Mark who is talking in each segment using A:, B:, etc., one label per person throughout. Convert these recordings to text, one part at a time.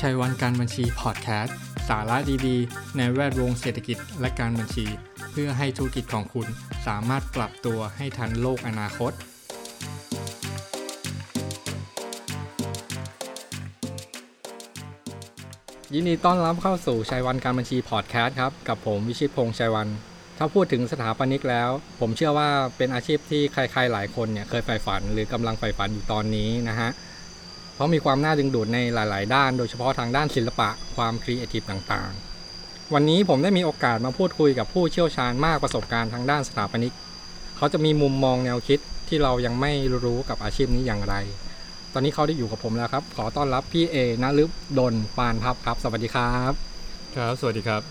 A: ชัยวันการบัญชีพอดแคสต์สาระดีๆ ในแวดวงเศรษฐกิจและการบัญชี เพื่อให้ธุรกิจของคุณสามารถปรับตัวให้ทันโลกอนาคต ยินดีต้อนรับเข้าสู่ชัยวันการบัญชีพอดแคสต์ครับ กับผมวิชิตพงษ์ชัยวัน ถ้าพูดถึงสถาปนิกแล้ว ผมเชื่อว่าเป็นอาชีพที่ใครๆหลายคนเนี่ยเคยใฝ่ฝันหรือกำลังใฝ่ฝันอยู่ตอนนี้นะฮะ เพราะมีความน่าดึงดูดในหลาย ๆ ด้าน โดยเฉพาะทางด้านศิลปะความครีเอทีฟต่างๆ วันนี้ผมได้มีโอกาสมาพูดคุยกับผู้เชี่ยวชาญมากประสบการณ์ทางด้านสถาปนิก เขาจะมีมุมมองแนวคิดที่เรายังไม่รู้กับอาชีพนี้อย่างไร ตอนนี้เขาได้อยู่กับผมแล้วครับ ขอต้อนรับพี่เอนะลึบดนปานพับครับ สวัสดีครับ
B: ครับ สวัสดีครับ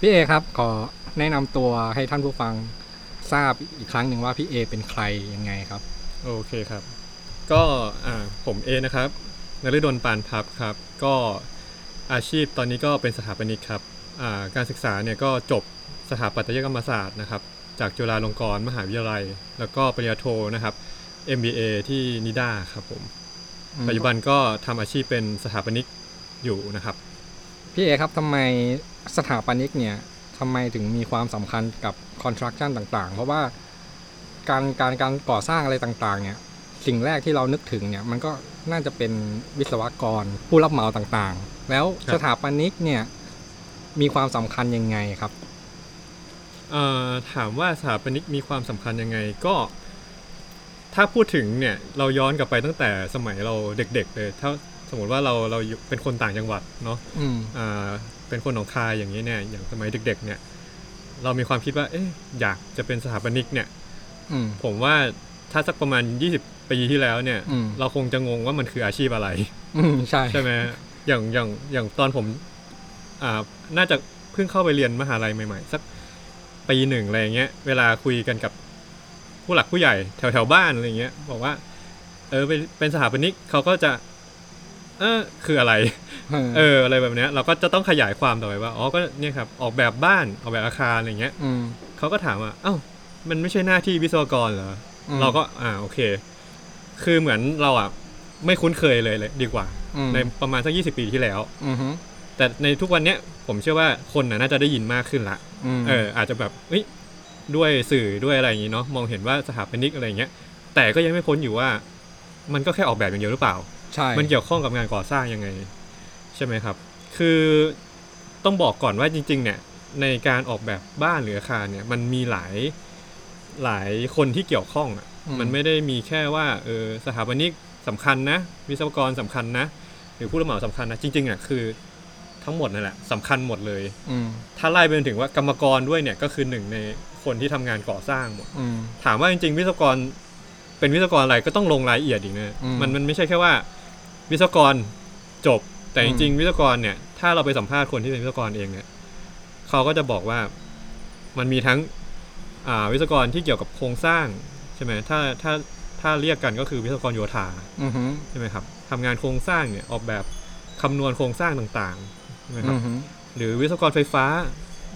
A: พี่เอครับขอแนะนำตัวให้ท่านผู้ฟังทราบอีกครั้งหนึ่งว่าพี่เอเป็นใครยังไงครับ
B: โอเคครับ ก็อ่าผมเอนะครับนฤดลปานพับครับ ก็อาชีพตอนนี้ก็เป็นสถาปนิกครับอ่าการศึกษาเนี่ยก็จบสถาปัตยกรรมศาสตร์นะครับ จากจุฬาลงกรณ์มหาวิทยาลัย แล้วก็ปริญญาโทนะครับ MBA ที่นิด้าครับผม ปัจจุบันก็ทำอาชีพเป็นสถาปนิกอยู่นะครับ
A: พี่เอครับทำไมสถาปนิกเนี่ยทำไมถึงมีความสำคัญกับคอนสตรักชั่นต่างๆ เพราะว่าการการการก่อสร้างอะไรต่างๆเนี่ยสิ่งแรกที่เรานึกถึงเนี่ยมันก็น่าจะเป็นวิศวกรผู้รับเหมาต่างๆ แล้ว
B: ครับ
A: สถาปนิกเนี่ยมีความสำคัญยังไงครับ
B: เอ่อถามว่าสถาปนิกมีความสำคัญยังไงก็ ถ้าพูดถึงเนี่ยเราย้อนกลับไปตั้งแต่สมัยเราเด็กๆเลย ถ้าสมมติว่าเราเราอยู่เป็นคนต่างจังหวัดเนาะ
A: อืม
B: อ่าเป็นคนหนองคายอย่างนี้เนี่ยอย่างสมัยเด็ก ๆ เนี่ย เรามีความคิดว่าเอ๊ะอยากจะเป็นสถาปนิกเนี่ย
A: อืม
B: ผมว่าถ้าสักประมาณ 20 ปีที่แล้วเนี่ย
A: อืม
B: เราคงจะงงว่ามันคืออาชีพอะไร
A: อืมใช่
B: ใช่ไหมอย่างอย่างอย่างตอนผมอ่าน่าจะเพิ่งเข้าไปเรียนมหาลัยใหม่ๆ สักปีหนึ่งอะไรอย่างเงี้ย เวลาคุยกันกับผู้หลักผู้ใหญ่แถวแถวๆบ้านอะไรอย่างเงี้ย บอกว่า เออเป็นเป็นสถาปนิกเขาก็จะ เออคืออะไร
A: เอ
B: เอ
A: อ
B: ออะไรแบบเนี้ย เราก็จะต้องขยายความต่อไปว่า อ๋อ ก็เนี่ยครับ ออกแบบบ้าน ออกแบบอาคารอะไรอย่างเงี้ย
A: อืม
B: เขาก็ถามว่า เอ้า มันไม่ใช่หน้าที่วิศวกรเหรอ
A: อืม
B: เราก็ อ่า โอเค คือเหมือนเราอ่ะ ไม่คุ้นเคยเลยเลย ดีกว่า
A: อืม
B: ในประมาณสักยี่สิบปีที่แล้ว
A: อืมฮึ
B: แต่ในทุกวันเนี้ยผมเชื่อว่าคนน่ะน่าจะได้ยินมากขึ้นละ
A: ม
B: เอออาจจะแบบเอ้ยด้วยสื่อด้วยอะไรอย่างนี้เนาะมองเห็นว่าสถาปนิกอะไรอย่างเงี้ย แต่ก็ยังไม่พ้นอยู่ว่า มันก็แค่ออกแบบอย่างเดียวหรือเปล่า
A: ใช่
B: มันเกี่ยวข้องกับงานก่อสร้างยังไง ใช่ไหมครับ คือต้องบอกก่อนว่าจริง ๆ เนี่ย ในการออกแบบบ้านหรืออาคารเนี่ย มันมีหลายหลายคนที่เกี่ยวข้องอะ
A: อื
B: มันไม่ได้มีแค่ว่าเออสถาปนิกสำคัญนะ วิศวกรสำคัญนะ หรือผู้รับเหมาสำคัญนะ จริงๆอ่ะคือทั้งหมดนั่นแหละสำคัญหมดเลย
A: อืม
B: ถ้าไล่ไปจนถึงว่ากรรมกรด้วยเนี่ย ก็คือหนึ่งในคนที่ทำงานก่อสร้างหมด
A: อืม
B: ถามว่าจริง ๆ วิศวกรเป็นวิศวกรอะไรก็ต้องลงรายละเอียดอีกนะ
A: อืม
B: มันมันไม่ใช่แค่ว่า วิศวกรจบ แต่จ
A: อื
B: ริง
A: ม
B: ๆ วิศวกรเนี่ย ถ้าเราไปสัมภาษณ์คนที่เป็นวิศวกรเองเนี่ยเขาก็จะบอกว่ามันมีทั้งอ่าวิศวกรที่เกี่ยวกับโครงสร้างใช่ไหมถ้าถ้าถ้าเรียกกันก็คือวิศวกรโยธา
A: อืมฮึ
B: ใช่ไหมครับทำงานโครงสร้างเนี่ยออกแบบคำนวณโครงสร้างต่างๆใช่ไหม
A: อื
B: ครับ
A: มฮึ
B: หรือวิศวกรไฟฟ้า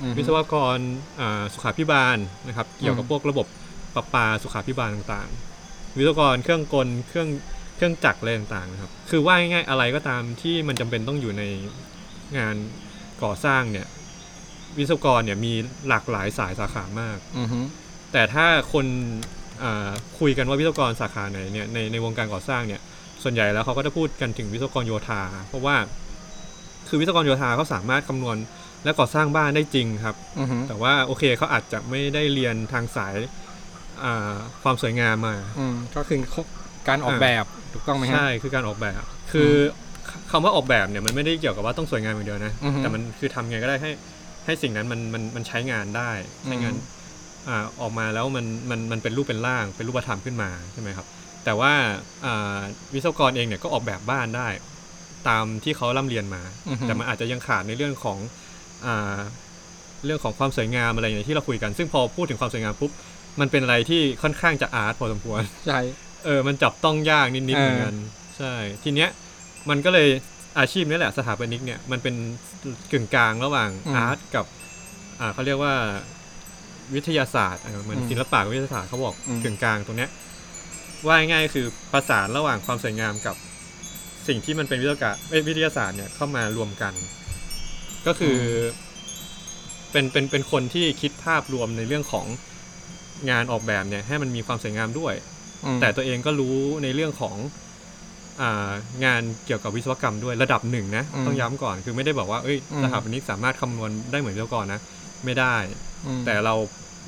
A: อืมฮึ
B: วิศวกรอ่าสุขาพิบาลนะครับ เกี่ยวกับ
A: อืม
B: พวกระบบประปาสุขาพิบาลต่างๆ วิศวกรเครื่องกลเครื่องเครื่องจักรอะไรต่างๆนะครับ คือว่าง่ายๆอะไรก็ตามที่มันจำเป็นต้องอยู่ในงานก่อสร้างเนี่ย วิศวกรเนี่ยมีหลากหลายสายสาขามาก
A: อืมฮึ
B: แต่ถ้าคนอ่าคุยกันว่าวิศวกรสาขาไหนเนี่ยในในวงการก่อสร้างเนี่ย ส่วนใหญ่แล้วเขาก็จะพูดกันถึงวิศวกรโยธา เพราะว่าคือวิศวกรโยธาเขาสามารถคำนวณและก่อสร้างบ้านได้จริงครับ
A: อือฮึ
B: แต่ว่าโอเคเขาอาจจะไม่ได้เรียนทางสายอ่าความสวยงามมา
A: อืมก็คือการออกแบบถูกต้องไหมฮะ
B: ใช่คือการออกแบบ คืออคำว่าออกแบบเนี่ยมันไม่ได้เกี่ยวกับว่าต้องสวยงามอย่างเดียวนะ
A: อือฮึ
B: แต่มันคือทำไงก็ได้ให้ให้สิ่งนั้นมันมันมันใช้งานได้ใช้งาน
A: อือฮึ
B: อ่าออกมาแล้วมันมันมันเป็นรูปเป็นร่างเป็นรูปธรรมขึ้นมาใช่ไหมครับ แต่ว่าอ่าวิศวกรเองเนี่ยก็ออกแบบบ้านได้ ตามที่เขาร่ำเรียนมา
A: อือฮึ
B: แต่มันอาจจะยังขาดในเรื่องของอ่าเรื่องของความสวยงามอะไรอย่างที่เราคุยกัน ซึ่งพอพูดถึงความสวยงามปุ๊บ มันเป็นอะไรที่ค่อนข้างจะอาร์ตพอสมควร
A: ใช่
B: เออ มันจับต้องยากนิดๆ
A: เออ
B: เหมือนกัน ใช่ ทีเนี้ย มันก็เลยอาชีพนี้แหละ สถาปนิกเนี่ย มันเป็นกึ่งกลางระหว่างอาร์ตกับ อ่าเขาเรียกว่าวิทยาศาสตร์เออเหมือน
A: อืม
B: ศิลปะกับวิทยาศาสตร์เขาบอก
A: อืม
B: กึ่งกลางตรงเนี้ย ว่าง่ายๆคือประสานระหว่างความสวยงามกับ สิ่งที่มันเป็นวิทยาศาสตร์เอ้ยวิทยาศาสตร์เนี่ยเข้ามารวมกัน ก็คืออเป็นเป็นเป็นคนที่คิดภาพรวมในเรื่องของงานออกแบบเนี่ยให้มันมีความสวยงามด้วย
A: อืม
B: แต่ตัวเองก็รู้ในเรื่องของอ่างานเกี่ยวกับวิศวกรรมด้วยระดับหนึ่งนะ
A: อืม
B: ต้องย้ำก่อนคือไม่ได้บอกว่าเอ้ย
A: อืม
B: สถาปนิกสามารถคำนวณได้เหมือนวิศวกรนะ ไม่ได้
A: อืม
B: แต่เรา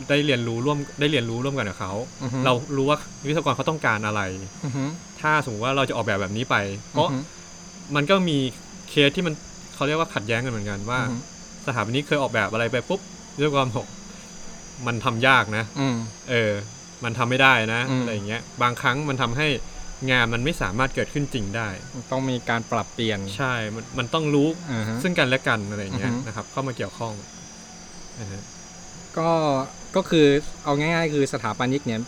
B: ได้เรียนรู้ร่วมได้เรียนรู้ร่วมกันกับเขา
A: อือฮึ
B: เรารู้ว่าวิศวกรเขาต้องการอะไร
A: อือฮึ
B: ถ้าสมมติว่าเราจะออกแบบแบบนี้ไป เพราะมันก็มีเคสที่มันเขาเรียกว่าขัดแย้งกันเหมือนกันว่า
A: อือฮึ
B: สถาปนิกเคยออกแบบอะไรไปปุ๊บวิศวกรบอกมันทำยากนะ
A: อืม
B: เออ มันทำไม่ได้นะ
A: อืม
B: อะไรอย่างเงี้ย บางครั้งมันทำให้งานมันไม่สามารถเกิดขึ้นจริงได้
A: ต้องมีการปรับเปลี่ยน
B: ใช่ มันมันต้องรู้
A: อ่าฮะ
B: ซึ่งกันและกันอะไรอย่างเงี้ย
A: อือฮึ
B: นะครับ เข้ามาเกี่ยวข้องนะฮะ
A: ก็ก็คือเอาง่ายๆ คือสถาปนิกเนี่ย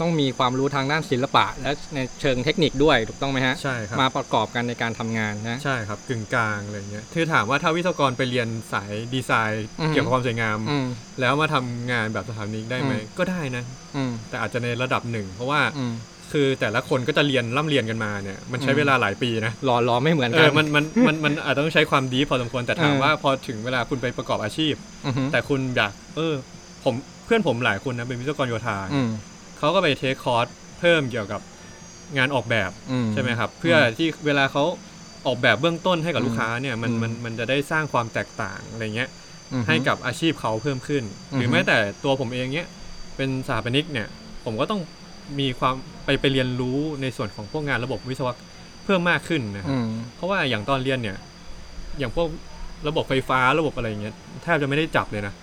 A: ต้องมีความรู้ทางด้านศิลปะ และในเชิงเทคนิคด้วยถูกต้องไหมฮะ
B: ใช่ครับ
A: มาประกอบกันในการทำงานนะ
B: ใช่ครับกึ่งกลางอะไรอย่างเงี้ยคือถามว่าถ้าวิศวกรไปเรียนสายดีไซน์
A: อือฮึ
B: เกี่ยวกับความสวยงาม
A: อืม
B: แล้วมาทำงานแบบสถาปนิกได้ไหม
A: อืม
B: ก็ได้นะ
A: อืม
B: แต่อาจจะในระดับหนึ่ง เพราะว่า
A: อืม
B: คือแต่ละคนก็จะเรียนร่ำเรียนกันมาเนี่ยมันใช้
A: อืม
B: เวลาหลายปีนะ
A: หล่อหล้อไม่เหมือน
B: เอ
A: กั
B: อน มันมันมันมันอาจจะต้องใช้ความดีพอสมควรแต่ถาม
A: เออ
B: ว่าพอถึงเวลาคุณไปประกอบอาชีพ
A: อือฮึ
B: แต่คุณอยากเออ ผมเพื่อนผมหลายคนนะเป็นวิศวกรโยธา
A: อืม
B: เขาก็ไปเทคคอร์สเพิ่มเกี่ยวกับงานออกแบบ
A: อื
B: ใช่ไหมครับ เพื่อที่เวลาเขาออกแบบเบื้องต้นให้กับ
A: อืม
B: ลูกค้าเนี่ยมัน
A: อืม
B: มันมันจะได้สร้างความแตกต่างอะไรเงี้ย
A: อือฮึ
B: ให้กับอาชีพเขาเพิ่มขึ้น หรื
A: อ
B: อ
A: ฮึ
B: แม้แต่ตัวผมเองเนี่ยเป็นสถาปนิกเนี่ย ผมก็ต้องมีความไปไปเรียนรู้ในส่วนของพวกงานระบบวิศวะเพิ่มมากขึ้นนะครับ
A: อืม
B: เพราะว่าอย่างตอนเรียนเนี่ย อย่างพวกระบบไฟฟ้าระบบอะไรเงี้ยแทบจะไม่ได้จับเลยนะ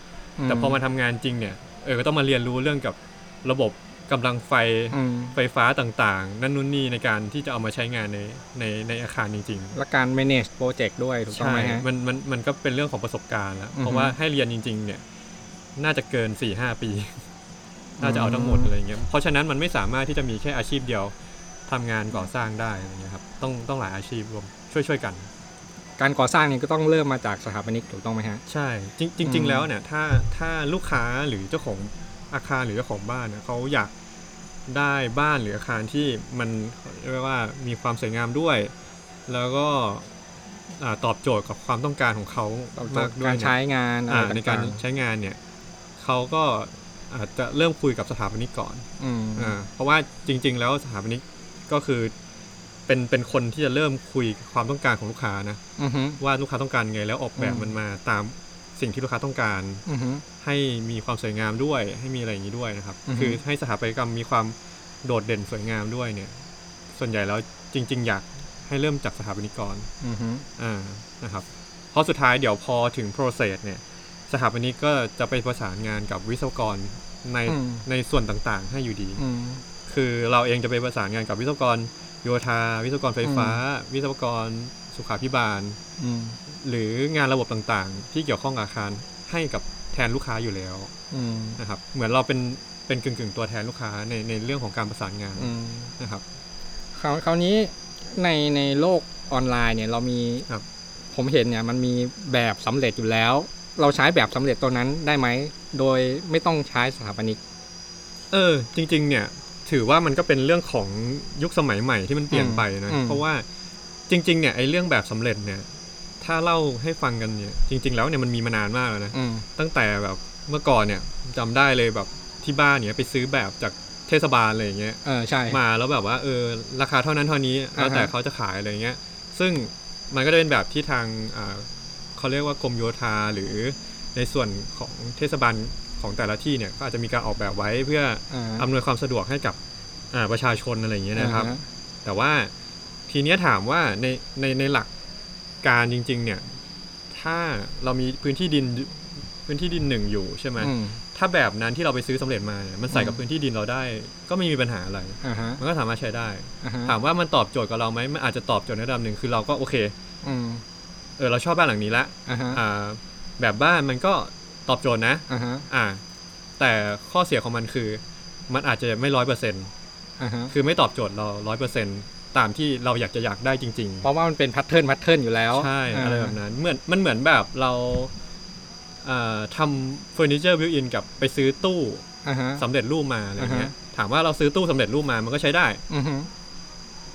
B: แต่พอมาทำงานจริงเนี่ยเออก็ต้องมาเรียนรู้เรื่องกับระบบกำลังไฟ
A: อืม
B: ไฟฟ้าต่างๆ นั่นนู่นนี่ในการที่จะเอามาใช้งานในในในอาคารจริง
A: และการ manage project ด้วยถูก
B: ๆ
A: ต้องไหมฮะ
B: มันมันมันก็เป็นเรื่องของประสบการณ์แล้ว
A: อือฮึ
B: เพราะว่าให้เรียนจริง ๆ เนี่ย น่าจะเกิน4ี่ห้าปี น่าจะเอาทั้งหมด
A: อืม
B: อะไรเงี้ย เพราะฉะนั้นมันไม่สามารถที่จะมีแค่อาชีพเดียวทำงานก่อสร้างได้อะไรเงี้ยครับ ต้องต้องหลายอาชีพรวมช่วยช่วยๆกัน
A: การก่อสร้างเนี่ยก็ต้องเริ่มมาจากสถาปนิกถูกต้องไหมฮะ
B: ใช่จริงจริง ๆ แล้วเนี่ยถ้าถ้าลูกค้าหรือเจ้าของอาคารหรือเจ้าของบ้านเนี่ยเขาอยากได้บ้านหรืออาคารที่มันเรียกว่ามีความสวยงามด้วย แล้วก็อ่าตอบโจทย์กับความต้องการของเขา
A: ต้อง
B: มากด้ว
A: กาย ร
B: เนี่ย
A: ใช้งานอะไร
B: อ่า
A: ต่างๆ
B: ในการใช้งานเนี่ยเขาก็อาจจะเริ่มคุยกับสถาปนิกก่อน
A: อืม
B: อ่าเพราะว่าจริง ๆ แล้วสถาปนิกก็คือเป็นเป็นคนที่จะเริ่มคุยความต้องการของลูกค้านะ
A: อือฮึ
B: ว่าลูกค้าต้องการไงแล้วออกแบบ
A: อืม
B: มันมาตามสิ่งที่ลูกค้าต้องการ
A: อือฮึ
B: ให้มีความสวยงามด้วย ให้มีอะไรอย่างนี้ด้วยนะครับ
A: อือฮึ
B: คือให้สถาปัตยกรรมมีความโดดเด่นสวยงามด้วยเนี่ย ส่วนใหญ่แล้วจริง ๆ อยากให้เริ่มจากสถาปนิกก่อน
A: อือฮึ
B: อ่านะครับเพราะสุดท้ายเดี๋ยวพอถึง process เนี่ยสถาปนิกก็จะไปประสานงานกับวิศวกรใน
A: อืม
B: ในส่วนต่างๆ ให้อยู่ดี
A: อืม
B: คือเราเองจะไปประสานงานกับวิศวกรโยธา วิศวกรไฟฟ้า วิศวกรสุขาพิบาล
A: อืม
B: หรืองานระบบต่างๆ ที่เกี่ยวข้องกับอาคารให้กับแทนลูกค้าอยู่แล้ว
A: อืม
B: นะครับ เหมือนเราเป็นเป็นกึ่งๆตัวแทนลูกค้าในในเรื่องของการประสานงาน
A: อืม
B: นะครับ
A: คราวคราวนี้ในในโลกออนไลน์เนี่ยเรามี
B: ครับ
A: ผมเห็นเนี่ยมันมีแบบสำเร็จอยู่แล้ว เราใช้แบบสำเร็จตัวนั้นได้ไหม โดยไม่ต้องใช้สถาปนิก
B: เออจริง ๆ เนี่ยถือว่ามันก็เป็นเรื่องของยุคสมัยใหม่ที่มันเปลี่ยนไปนะ
A: อืม
B: เพราะว่าจริง ๆ เนี่ยไอ้เรื่องแบบสำเร็จเนี่ยถ้าเล่าให้ฟังกันเนี่ยจริง ๆ แล้วเนี่ยมันมีมานานมากแล้วนะ
A: อืม
B: ตั้งแต่แบบเมื่อก่อนเนี่ยจำได้เลยแบบที่บ้านเนี่ยไปซื้อแบบจากเทศบาลอะไรอย่างเงี้ย
A: เออใช่
B: มาแล้วแบบว่าเออราคาเท่านั้นเท่านี้
A: อ่าฮะ
B: แล้วแต่เขาจะขายอะไรเงี้ย ซึ่งมันก็จะเป็นแบบที่ทางอ่าเขาเรียกว่ากรมโยธาหรือในส่วนของเทศบาลของแต่ละที่เนี่ยก็อาจจะมีการออกแบบไว้เพื่อ
A: อ่า
B: อำนวยความสะดวกให้กับอ่าประชาชนอะไรอย่างเงี้ยนะครับ
A: อ่าฮ
B: แต่ว่าทีเนี้ยถามว่าในในในหลักการจริง ๆ เนี่ยถ้าเรามีพื้นที่ดินพื้นที่ดินหนึ่งอยู่ใช่ไหม
A: อืม
B: ถ้าแบบนั้นที่เราไปซื้อสำเร็จมาเนี่ยมันใส่กับ
A: อืม
B: พื้นที่ดินเราได้ ก็ไม่มีปัญหาอะไร
A: อ่าฮะ
B: มันก็สามารถใช้ได้
A: อ่าฮะ
B: ถามว่ามันตอบโจทย์กับเราไหมมันอาจจะตอบโจทย์ในระดับหนึ่งคือเราก็โอเค
A: อืม
B: เออเราชอบบ้านหลังนี้ละ
A: อ่าฮะ
B: อ่าแบบบ้านมันก็ตอบโจทย์นะ
A: อ่าฮะ
B: อ่า แต่ข้อเสียของมันคือ มันอาจจะไม่ร้อยเปอร์เซ็น
A: อ่าฮะ
B: คือไม่ตอบโจทย์เราร้อยเปอร์เซ็นตามที่เราอยากจะอยากได้จริง
A: เพราะว่ามันเป็นแพทเทิร์นแพทเทิร์นอยู่แล้ว
B: ๆ ใช่
A: า
B: อะไรแบบนั้นเหมือนมันเหมือนแบบเราอ่าทำเฟอร์นิเจอร์บิวอินกับไปซื้อตู้
A: อ่าฮะ
B: สำเร็จรูปมาอะไรอย่างเงี้ย
A: อ่า
B: ถามว่าเราซื้อตู้สำเร็จรูปมามันก็ใช้ได้
A: อือฮึ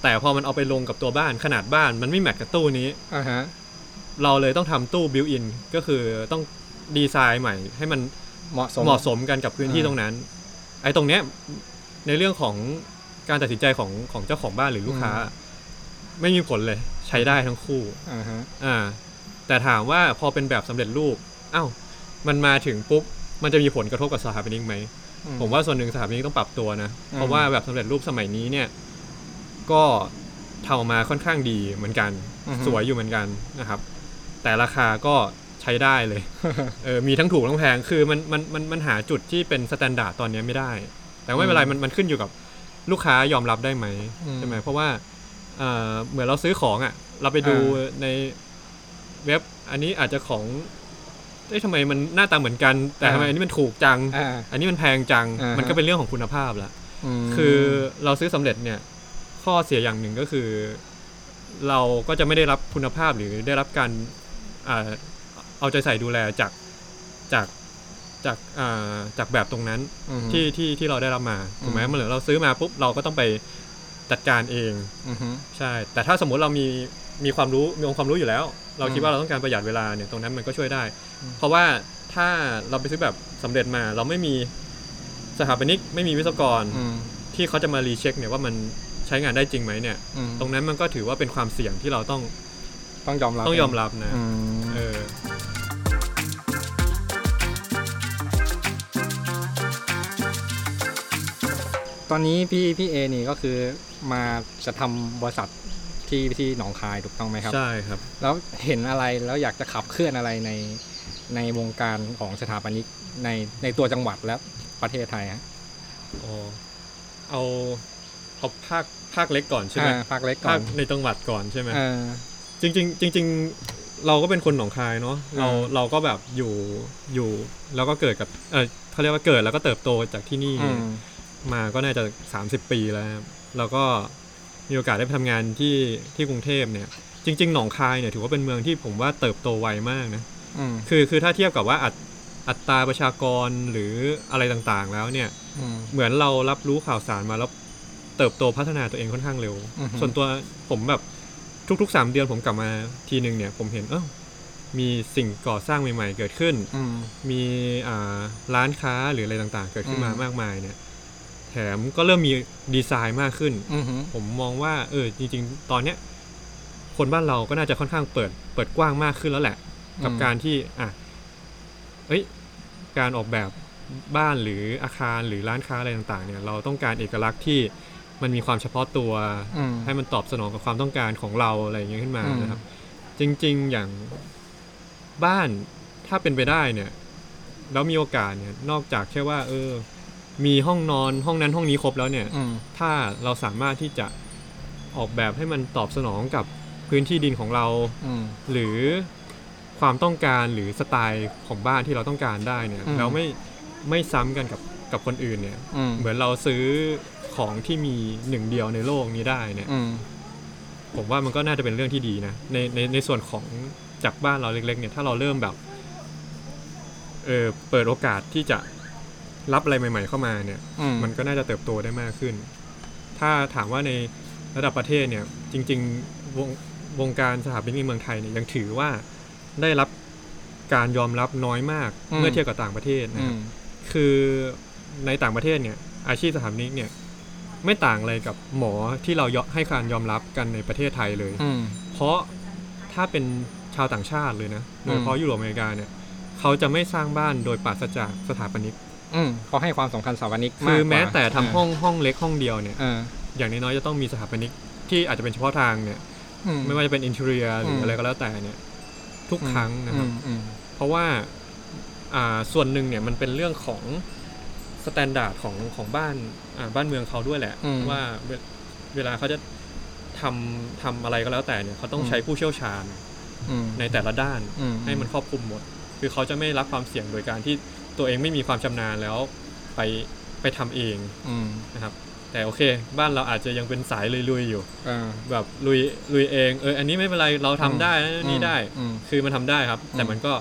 B: แต่พอมันเอาไปลงกับตัวบ้านขนาดบ้านมันไม่แมทกับตู้นี้
A: อ่าฮะ
B: เราเลยต้องทำตู้บิวอินก็คือต้องดีไซน์ใหม่ ให้มัน
A: เหมาะสม
B: เหมาะสมกันกับพื้นที่
A: อ่า
B: ตรงนั้น ไอ้ตรงเนี้ยในเรื่องของการตัดสินใจของของเจ้าของบ้านหรือลูกค้า
A: อืม
B: ไม่มีผลเลยใช้ได้ทั้งคู่
A: อ่าฮะ
B: อ่า แต่ถามว่าพอเป็นแบบสำเร็จรูปอ้าวมันมาถึงปุ๊บมันจะมีผลกระทบกับสถาปนิกไหม ผมว่าส่วนหนึ่งสถาปนิกต้องปรับตัวนะ
A: อืม
B: เพราะว่าแบบสำเร็จรูปสมัยนี้เนี่ย ก็ทำออกมาค่อนข้างดีเหมือนกัน
A: อือฮึ
B: สวยอยู่เหมือนกันนะครับ แต่ราคาก็ใช้ได้ เลย เออมีทั้งถูกทั้งแพงคือมันมันมันมันหาจุดที่เป็นสแตนดาร์ดตอนนี้ไม่ได้ แต่ไม่เป็นไร
A: อืม
B: มันมันขึ้นอยู่กับลูกค้ายอมรับได้ไหม
A: อืม
B: ใช่ไหมเพราะว่าเอ่อเหมือนเราซื้อของอะ่ะ เราไปดู
A: อ่า
B: ในเว็บอันนี้อาจจะของเอ้ยทำไมมันหน้าตาเหมือนกัน แต่ทำไมอันนี้มันถูกจัง
A: อ่า
B: อันนี้มันแพงจัง
A: อ่าฮะ
B: มันก็เป็นเรื่องของคุณภาพละ
A: ม
B: คือเราซื้อสำเร็จเนี่ย ข้อเสียอย่างหนึ่งก็คือ เราก็จะไม่ได้รับคุณภาพหรือได้รับการอ่าเอาใจใส่ดูแลจากจากจากอ่าจากแบบตรงนั้น
A: ม
B: ที่ที่ที่เราได้รับมาถูกไหม
A: อืม
B: มันเหลือเราซื้อมาปุ๊บเราก็ต้องไปจัดการเอง
A: อือฮึ
B: ใช่ แต่ถ้าสมมติเรามีมีความรู้มีองค์ความรู้อยู่แล้ว เราคิด
A: อืม
B: ว่าเราต้องการประหยัดเวลาเนี่ยตรงนั้นมันก็ช่วยได้
A: อืม
B: เพราะว่าถ้าเราไปซื้อแบบสำเร็จมา เราไม่มีสถาปนิกไม่มีวิศวกร
A: อืม
B: ที่เขาจะมารีเช็คเนี่ยว่ามันใช้งานได้จริงไหมเนี่ย
A: อืม
B: ตรงนั้นมันก็ถือว่าเป็นความเสี่ยงที่เราต้อง
A: ต้องยอมรับ
B: ต้องยอมรับนะ
A: อืม
B: เออ
A: ตอนนี้พี่พี่เอนี่ก็คือมาจะทำบริษัทที่ที่หนองคายถูกต้องไหมครับ
B: ใช่ครับ
A: แล้วเห็นอะไรแล้วอยากจะขับเคลื่อนอะไรในในวงการของสถาปนิกในในตัวจังหวัดและประเทศไทยฮะ
B: อ๋อเอาเอาภาคภาคเล็กก่อนใช่ไหม
A: อ่าภาคเล็กก่อ
B: ภาคน ในจังหวัดก่อนใช่ไหม
A: เออ
B: จริงจริงๆจริง ๆ เราก็เป็นคนหนองคายเนาะเรา
A: อืม
B: เราก็แบบอยู่อยู่ แล้วก็เกิดกับเออเขาเรียกว่าเกิดแล้วก็เติบโตจากที่นี่
A: อืม
B: มาก็น่าจะ 30 ปีแล้วครับแล้วก็มีโอกาสได้ไปทำงานที่ที่กรุงเทพเนี่ย จริง ๆ หนองคายเนี่ยถือว่าเป็นเมืองที่ผมว่าเติบโตไวมากนะ
A: อืม
B: คือคือถ้าเทียบกับว่าอัตอัตราประชากรหรืออะไรต่างๆ แล้วเนี่ย
A: อืม
B: เหมือนเรารับรู้ข่าวสารมาแล้วเติบโตพัฒนาตัวเองค่อนข้างเร็ว
A: อือฮึ
B: ส่วนตัวผมแบบทุกๆสามเดือนผมกลับมาทีหนึ่งเนี่ย ผมเห็นเออมีสิ่งก่อสร้างใหม่ๆ เกิดขึ้น
A: อืม
B: มีอ่าร้านค้าหรืออะไรต่างๆ เกิดขึ้นมา
A: อืม
B: มากมายเนี่ย แถมก็เริ่มมีดีไซน์มากขึ้น
A: อืม
B: ผมมองว่าเออจริง ๆ ตอนเนี้ยคนบ้านเราก็น่าจะค่อนข้างเปิดเปิดกว้างมากขึ้นแล้วแหละ กับการที่อ่ะเอ้ย การออกแบบบ้านหรืออาคารหรือร้านค้าอะไรต่างๆ เนี่ย เราต้องการเอกลักษณ์ที่มันมีความเฉพาะตัว
A: อืม
B: ให้มันตอบสนองกับความต้องการของเราอะไรอย่างเงี้ยขึ้นมา
A: อืม
B: นะครับ จริง ๆ อย่างบ้านถ้าเป็นไปได้เนี่ย แล้วมีโอกาสเนี่ย นอกจากแค่ว่า เออ มีห้องนอนห้องนั้นห้องนี้ครบแล้วเนี่ย
A: อืม
B: ถ้าเราสามารถที่จะออกแบบให้มันตอบสนองกับพื้นที่ดินของเรา
A: อืม
B: หรือความต้องการหรือสไตล์ของบ้านที่เราต้องการได้เนี่ย
A: อืม
B: แล้วไม่ไม่ซ้ำกันกับกับคนอื่นเนี่ย
A: อืม
B: เหมือนเราซื้อของที่มีหนึ่งเดียวในโลกนี้ได้เนี่ย
A: อืม
B: ผมว่ามันก็น่าจะเป็นเรื่องที่ดีนะในในในส่วนของจากบ้านเราเล็ก ๆ เนี่ยถ้าเราเริ่มแบบเออเปิดโอกาสที่จะรับอะไรใหม่ ๆ เข้ามาเนี่ย
A: อืม
B: มันก็น่าจะเติบโตได้มากขึ้น ถ้าถามว่าในระดับประเทศเนี่ย จริง ๆ วงวงการสถาปนิกในเมืองไทยเนี่ยยังถือว่าได้รับการยอมรับน้อยมากเมื่อเทียบกับต่างประเทศ
A: อื
B: นะครับ
A: ม
B: คือในต่างประเทศเนี่ยอาชีพสถาปนิกเนี่ยไม่ต่างอะไรกับหมอที่เรายอมให้การยอมรับกันในประเทศไทยเลย
A: อืม
B: เพราะถ้าเป็นชาวต่างชาติเลยนะโดยเฉ
A: อื
B: พาะ
A: ม
B: ยุโรปอเมริกาเนี่ยเขาจะไม่สร้างบ้านโดยปราศจากสถาปนิก
A: อืมเขาให้ความสำคัญสถาปนิก
B: คื
A: ก
B: อก
A: ว่า
B: แม้แต่ทำห้องห้องเล็กห้องเดียวเนี่ย
A: เออ
B: อย่างน้อยๆจะต้องมีสถาปนิกที่อาจจะเป็นเฉพาะทางเนี่ย
A: อื
B: ไม่ว่าจะเป็นอินเทเรียหรือ
A: ม
B: อะไรก็แล้วแต่เนี่ย ทุกครั้งนะครับ
A: อืมอืม
B: เพราะว่าอ่าส่วนหนึ่งเนี่ยมันเป็นเรื่องของสแตนดาร์ดของของบ้านอ่าบ้านเมืองเขาด้วยแหละ
A: อืม
B: ว่าเวเวลาเขาจะทำทำอะไรก็แล้วแต่เนี่ยเขาต้องใช้ผู้เชี่ยวชาญ
A: อืม
B: ในแต่ละด้าน
A: อื
B: ให้มันครอบคลุมหมด คือเขาจะไม่รับความเสี่ยงโดยการที่ตัวเองไม่มีความชำนาญแล้วไปไปทำเอง
A: อืม
B: นะครับแต่โอเค บ้านเราอาจจะยังเป็นสายลุยๆอยู่
A: เออ
B: แบบลุยลุยเองเอออันนี้ไม่เป็นไรเราทำได้นะนี่ได้
A: อืม
B: คือมันทำได้ครับ แต่
A: อืม
B: มันก็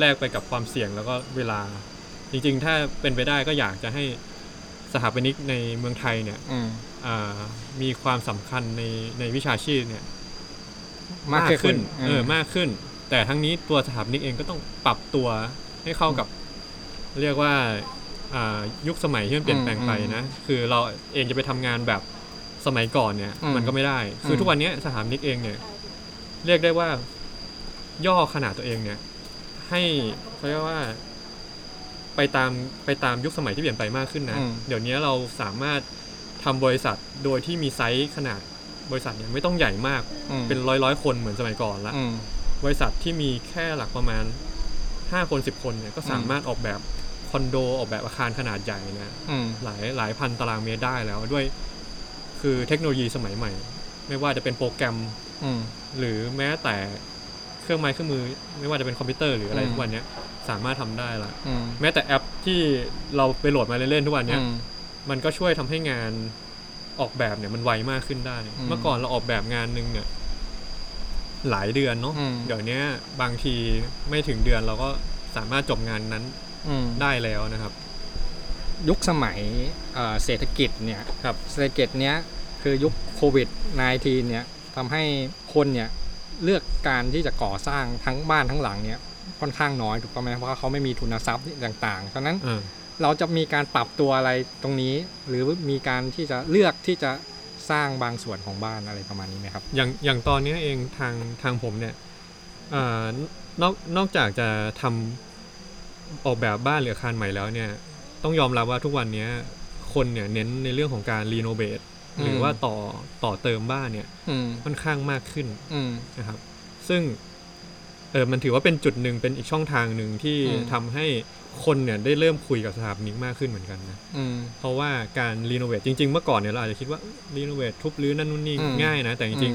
B: แลกไปกับความเสี่ยงแล้วก็เวลา จริงๆ ถ้าเป็นไปได้ก็อยากจะให้สถาปนิกในเมืองไทยเนี่ย
A: อืม
B: อ่ามีความสำคัญในในวิชาชีพเนี่ย
A: มากขึ้น
B: เออมากขึ้น แต่ทั้งนี้ตัวสถาปนิกเองก็ต้องปรับตัวให้เข้ากับ เรียกว่าอ่ายุคสมัยที่มันเปลี่ยนแปลงไปนะ คือเราเองจะไปทำงานแบบสมัยก่อนเนี่ย
A: อืม
B: มันก็ไม่ได้ คืออ
A: ม
B: ทุกวันเนี้ยสถาปนิกเองเนี่ย เรียกได้ว่าย่อขนาดตัวเองเนี่ย ให้เขาเรียกว่า ไปตามไปตามยุคสมัยที่เปลี่ยนไปมากขึ้นนะ
A: อืม
B: เดี๋ยวนี้เราสามารถทำบริษัทโดยที่มีไซส์ขนาดบริษัทเนี่ยไม่ต้องใหญ่มาก
A: อืม
B: เป็นร้อยร้อยๆคนเหมือนสมัยก่อนละ
A: อืม
B: บริษัทที่มีแค่หลักประมาณ 5 คน 10 คนเนี่ยก็สามารถออกแบบคอนโดออกแบบอาคารขนาดใหญ่เนะ
A: อืม
B: หลายหลายพันตารางเมตรได้แล้วด้วยคือเทคโนโลยีสมัยใหม่ ไม่ว่าจะเป็นโปรแกรม
A: อืม
B: หรือแม้แต่เครื่องไม้เครื่องมือ ไม่ว่าจะเป็นคอมพิวเตอร์หรืออะไร
A: อืม
B: ทุกวันเนี้ยสามารถทำได้ละ
A: อืม
B: แม้แต่แอปที่เราไปโหลดมาเล่นๆทุกวันเนี้ย
A: อืม
B: มันก็ช่วยทำให้งานออกแบบเนี่ยมันไวมากขึ้นได้
A: อืม
B: เมื่อก่อนเราออกแบบงานหนึ่งเนี่ยหลายเดือนเนาะ
A: อืม
B: เดี๋ยวเนี้ยบางทีไม่ถึงเดือนเราก็สามารถจบงานนั้น
A: อืม
B: ได้แล้วนะครับ
A: ยุคสมัยเอ่อเศรษฐกิจเนี่ย
B: ครับ
A: เศรษฐกิจเนี้ยคือยุคโควิด -19 เนี่ยทำให้คนเนี่ยเลือกการที่จะก่อสร้างทั้งบ้านทั้งหลังเนี่ยค่อนข้างน้อยถูกต้องไหมเพราะว่าเขาไม่มีทุนทรัพย์ต่างๆฉะนั้น
B: เออ
A: เราจะมีการปรับตัวอะไรตรงนี้ หรือมีการที่จะเลือกที่จะสร้างบางส่วนของบ้านอะไรประมาณนี้ไหมครับ
B: อย่างอย่างตอนเนี้ยเองทางทางผมเนี่ยเออนอกนอกจากจะทำออกแบบบ้านหรืออาคารใหม่แล้วเนี่ย ต้องยอมรับว่าทุกวันเนี้ยคนเนี่ยเน้นในเรื่องของการรีโนเวทหรื
A: ม
B: อว่าต่อต่อเติมบ้านเนี่ย
A: อืม
B: ค่อนข้างมากขึ้น
A: อืม
B: นะครับซึ่งเออมันถือว่าเป็นจุดหนึ่งเป็นอีกช่องทางหนึ่งที่
A: อืม
B: ทำให้คนเนี่ยได้เริ่มคุยกับสถาปนิกมากขึ้นเหมือนกันนะ
A: อืม
B: เพราะว่าการรีโนเวทจริงๆเมื่อก่อนเนี่ยเราอาจจะคิดว่ารีโนเวททุบรื้อนั่นนู่นนี่
A: อืม
B: ง่ายนะ แต่จริง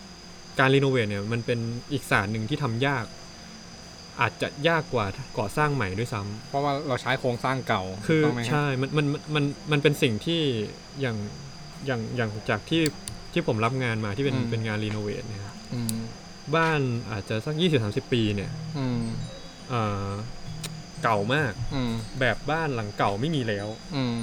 B: ๆการรีโนเวทเนี่ยมันเป็นอีกศาสตร์หนึ่งที่ทำยาก อาจจะยากกว่าก่อสร้างใหม่ด้วยซ้ำ
A: เพราะว่าเราใช้โครงสร้างเก่า
B: คือ
A: ถูกต้องไหมรับ
B: ใช่มันมันมันมันเป็นสิ่งที่อย่างอย่างอย่างจากที่ที่ผมรับงานมาที่เป็นเป็นงานรีโนเวทเนี่ย
A: อืม
B: บ้านอาจจะสัก 20-30 ปีเนี่ย
A: อืม
B: เอ่อเก่ามาก
A: อืม
B: แบบบ้านหลังเก่าไม่มีแล้ว
A: อืม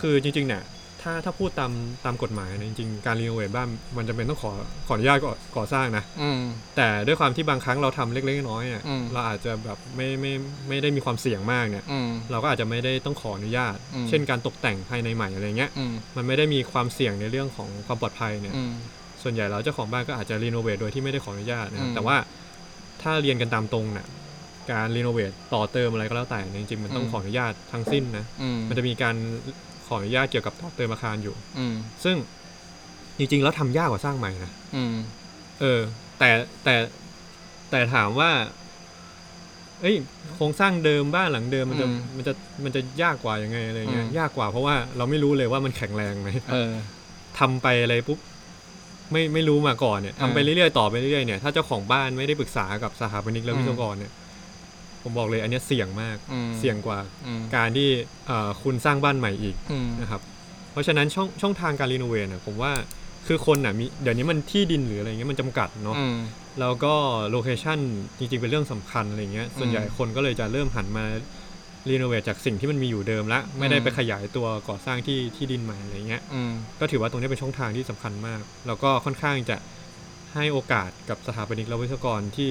B: คือจริงๆเนี่ยถ้าถ้าพูดตามตามกฎหมายนะจริงๆ การรีโนเวทบ้านมันจะเป็นต้องขอขออนุญาตก่อก่อสร้างนะ
A: อืม
B: แต่ด้วยความที่บางครั้งเราทำเล็กๆน้อยๆเนี่ย
A: อืม
B: เราอาจจะแบบไม่ไม่ไม่ได้มีความเสี่ยงมากเนี่ย
A: อืม
B: เราก็อาจจะไม่ได้ต้องขออนุญาต
A: อืม
B: เช่นการตกแต่งภายในใหม่อะไรเงี้ย
A: อืม
B: มันไม่ได้มีความเสี่ยงในเรื่องของความปลอดภัยเนี่ย
A: อืม
B: ส่วนใหญ่แล้วเจ้าของบ้านก็อาจจะรีโนเวทโดยที่ไม่ได้ขออนุญาตนะครั
A: อื
B: บ
A: ม
B: แต่ว่าถ้าเรียนกันตามตรงน่ะการรีโนเวทต่อเติมอะไรก็แล้วแต่เนี่ยจริงๆมันต้อง
A: อืม
B: ขออนุญาตทั้งสิ้นนะ
A: อืม
B: มันจะมีการขออนุญาตเกี่ยวกับต่อเติมอาคารอยู่
A: อืม
B: ซึ่งจริงๆแล้วทำยากกว่าสร้างใหม่นะ
A: อืม
B: เออ แต่แต่แต่ถามว่า เอ้ยโครงสร้างเดิมบ้านหลังเดิมมันจะ
A: อืม
B: มันจะมันจะยากกว่ายังไงอะไรเงี้ย
A: อืม
B: ยากกว่าเพราะว่าเราไม่รู้เลยว่ามันแข็งแรงไหม
A: เออ
B: ทำไปอะไรปุ๊บไม่ไม่รู้มาก่อนเนี่ย
A: อ่า
B: ทำไปเรื่อยๆต่อไปเรื่อยๆเนี่ยถ้าเจ้าของบ้านไม่ได้ปรึกษากับสถาปนิกและ
A: อืม
B: วิศวกรเนี่ยผมบอกเลยอันเนี้ยเสี่ยงมาก
A: อืม
B: เสี่ยงกว่า
A: อืม
B: การที่เอ่อคุณสร้างบ้านใหม่อีก
A: อืม
B: นะครับเพราะฉะนั้นช่องช่องทางการรีโนเวทเนี่ยผมว่าคือคนน่ะมีเดี๋ยวนี้มันที่ดินหรืออะไรเงี้ยมันจำกัดเนาะ
A: อืม
B: แล้วก็โลเคชั่นจริงๆเป็นเรื่องสำคัญอะไรเงี้ยส่วนใหญ่
A: อืม
B: คนก็เลยจะเริ่มหันมารีโนเวทจากสิ่งที่มันมีอยู่เดิมละไม่ได้
A: อืม
B: ไปขยายตัวก่อสร้างที่ที่ดินใหม่อะไรเงี้ย
A: อืม
B: ก็ถือว่าตรงนี้เป็นช่องทางที่สำคัญมาก แล้วก็ค่อนข้างจะให้โอกาสกับสถาปนิกและวิศวกรที่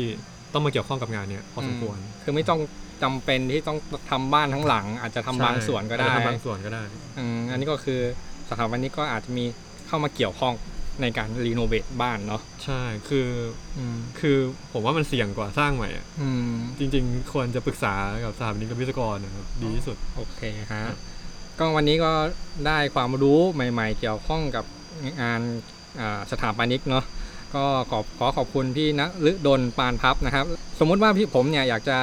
B: ต้องมาเกี่ยวข้องกับงานเนี่ยพอสมควร
A: คือไม่ต้องจำเป็นที่ต้องทำบ้านทั้งหลัง อาจจะทำบางส่วนก็ได้
B: ใช่ทำบางส่วนก็ได้
A: อืมอันนี้ก็คือสถาบันนี้ก็อาจจะมีเข้ามาเกี่ยวข้องในการรีโนเวทบ้านเนาะ
B: ใช่คือ
A: อืม
B: คือผมว่ามันเสี่ยงกว่าสร้างใหม่อะ
A: อืม
B: จริง ๆ ควรจะปรึกษากับสถาปนิกและวิศวกรนะครับดีที่สุด
A: โอเคฮะก็วันนี้ก็ได้ความรู้ใหม่ ๆ เกี่ยวข้องกับงานอ่าสถาปนิกเนาะก็ขอบขอขอบคุณพี่นะฤดลปานพับนะครับ สมมุติว่าพี่ผมเนี่ยอยากจะ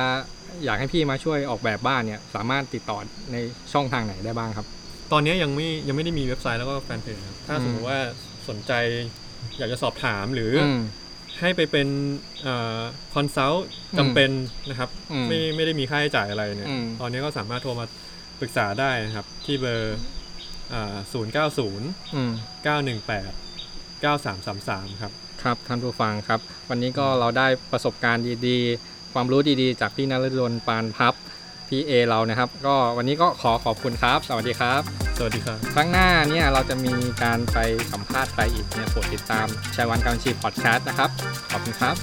A: อยากให้พี่มาช่วยออกแบบบ้านเนี่ยสามารถติดต่อในช่องทางไหนได้บ้างครับ
B: ตอนนี้ยังไม่ยังไม่ได้มีเว็บไซต์แล้วก็แฟนเพจครับถ้าสมมติว่าสนใจอยากจะสอบถามหรืออ
A: อืม
B: ให้ไปเป็นคอนซัลท์จำเป็นนะครับ
A: อืม
B: ไม่ไม่ได้มีค่าใช้จ่ายอะไรเนี่ย
A: อืม
B: ตอนนี้ก็สามารถโทรมาปรึกษาได้นะครับ ที่เบอร์ศูนย์เก้าศูนย์
A: อืม
B: เก้าหนึ่งแปดเก้าสามสามสามครับ
A: ครับท่านผู้ฟังครับ วันนี้ก็เราได้ประสบการณ์ดีๆ ความรู้ดีๆ จากพี่นฤดลปานพับพี่เอเรานะครับ ก็วันนี้ก็ขอขอบคุณครับ สวัสดีครับ
B: ส สวัสดีครับ
A: ครั้งหน้าเนี่ยเราจะมีการไปสัมภาษณ์ใครอีกเนี่ยโปรดติดตามชัยวันการบัญชีพอดแคสต์นะครับ ขอบคุณครับ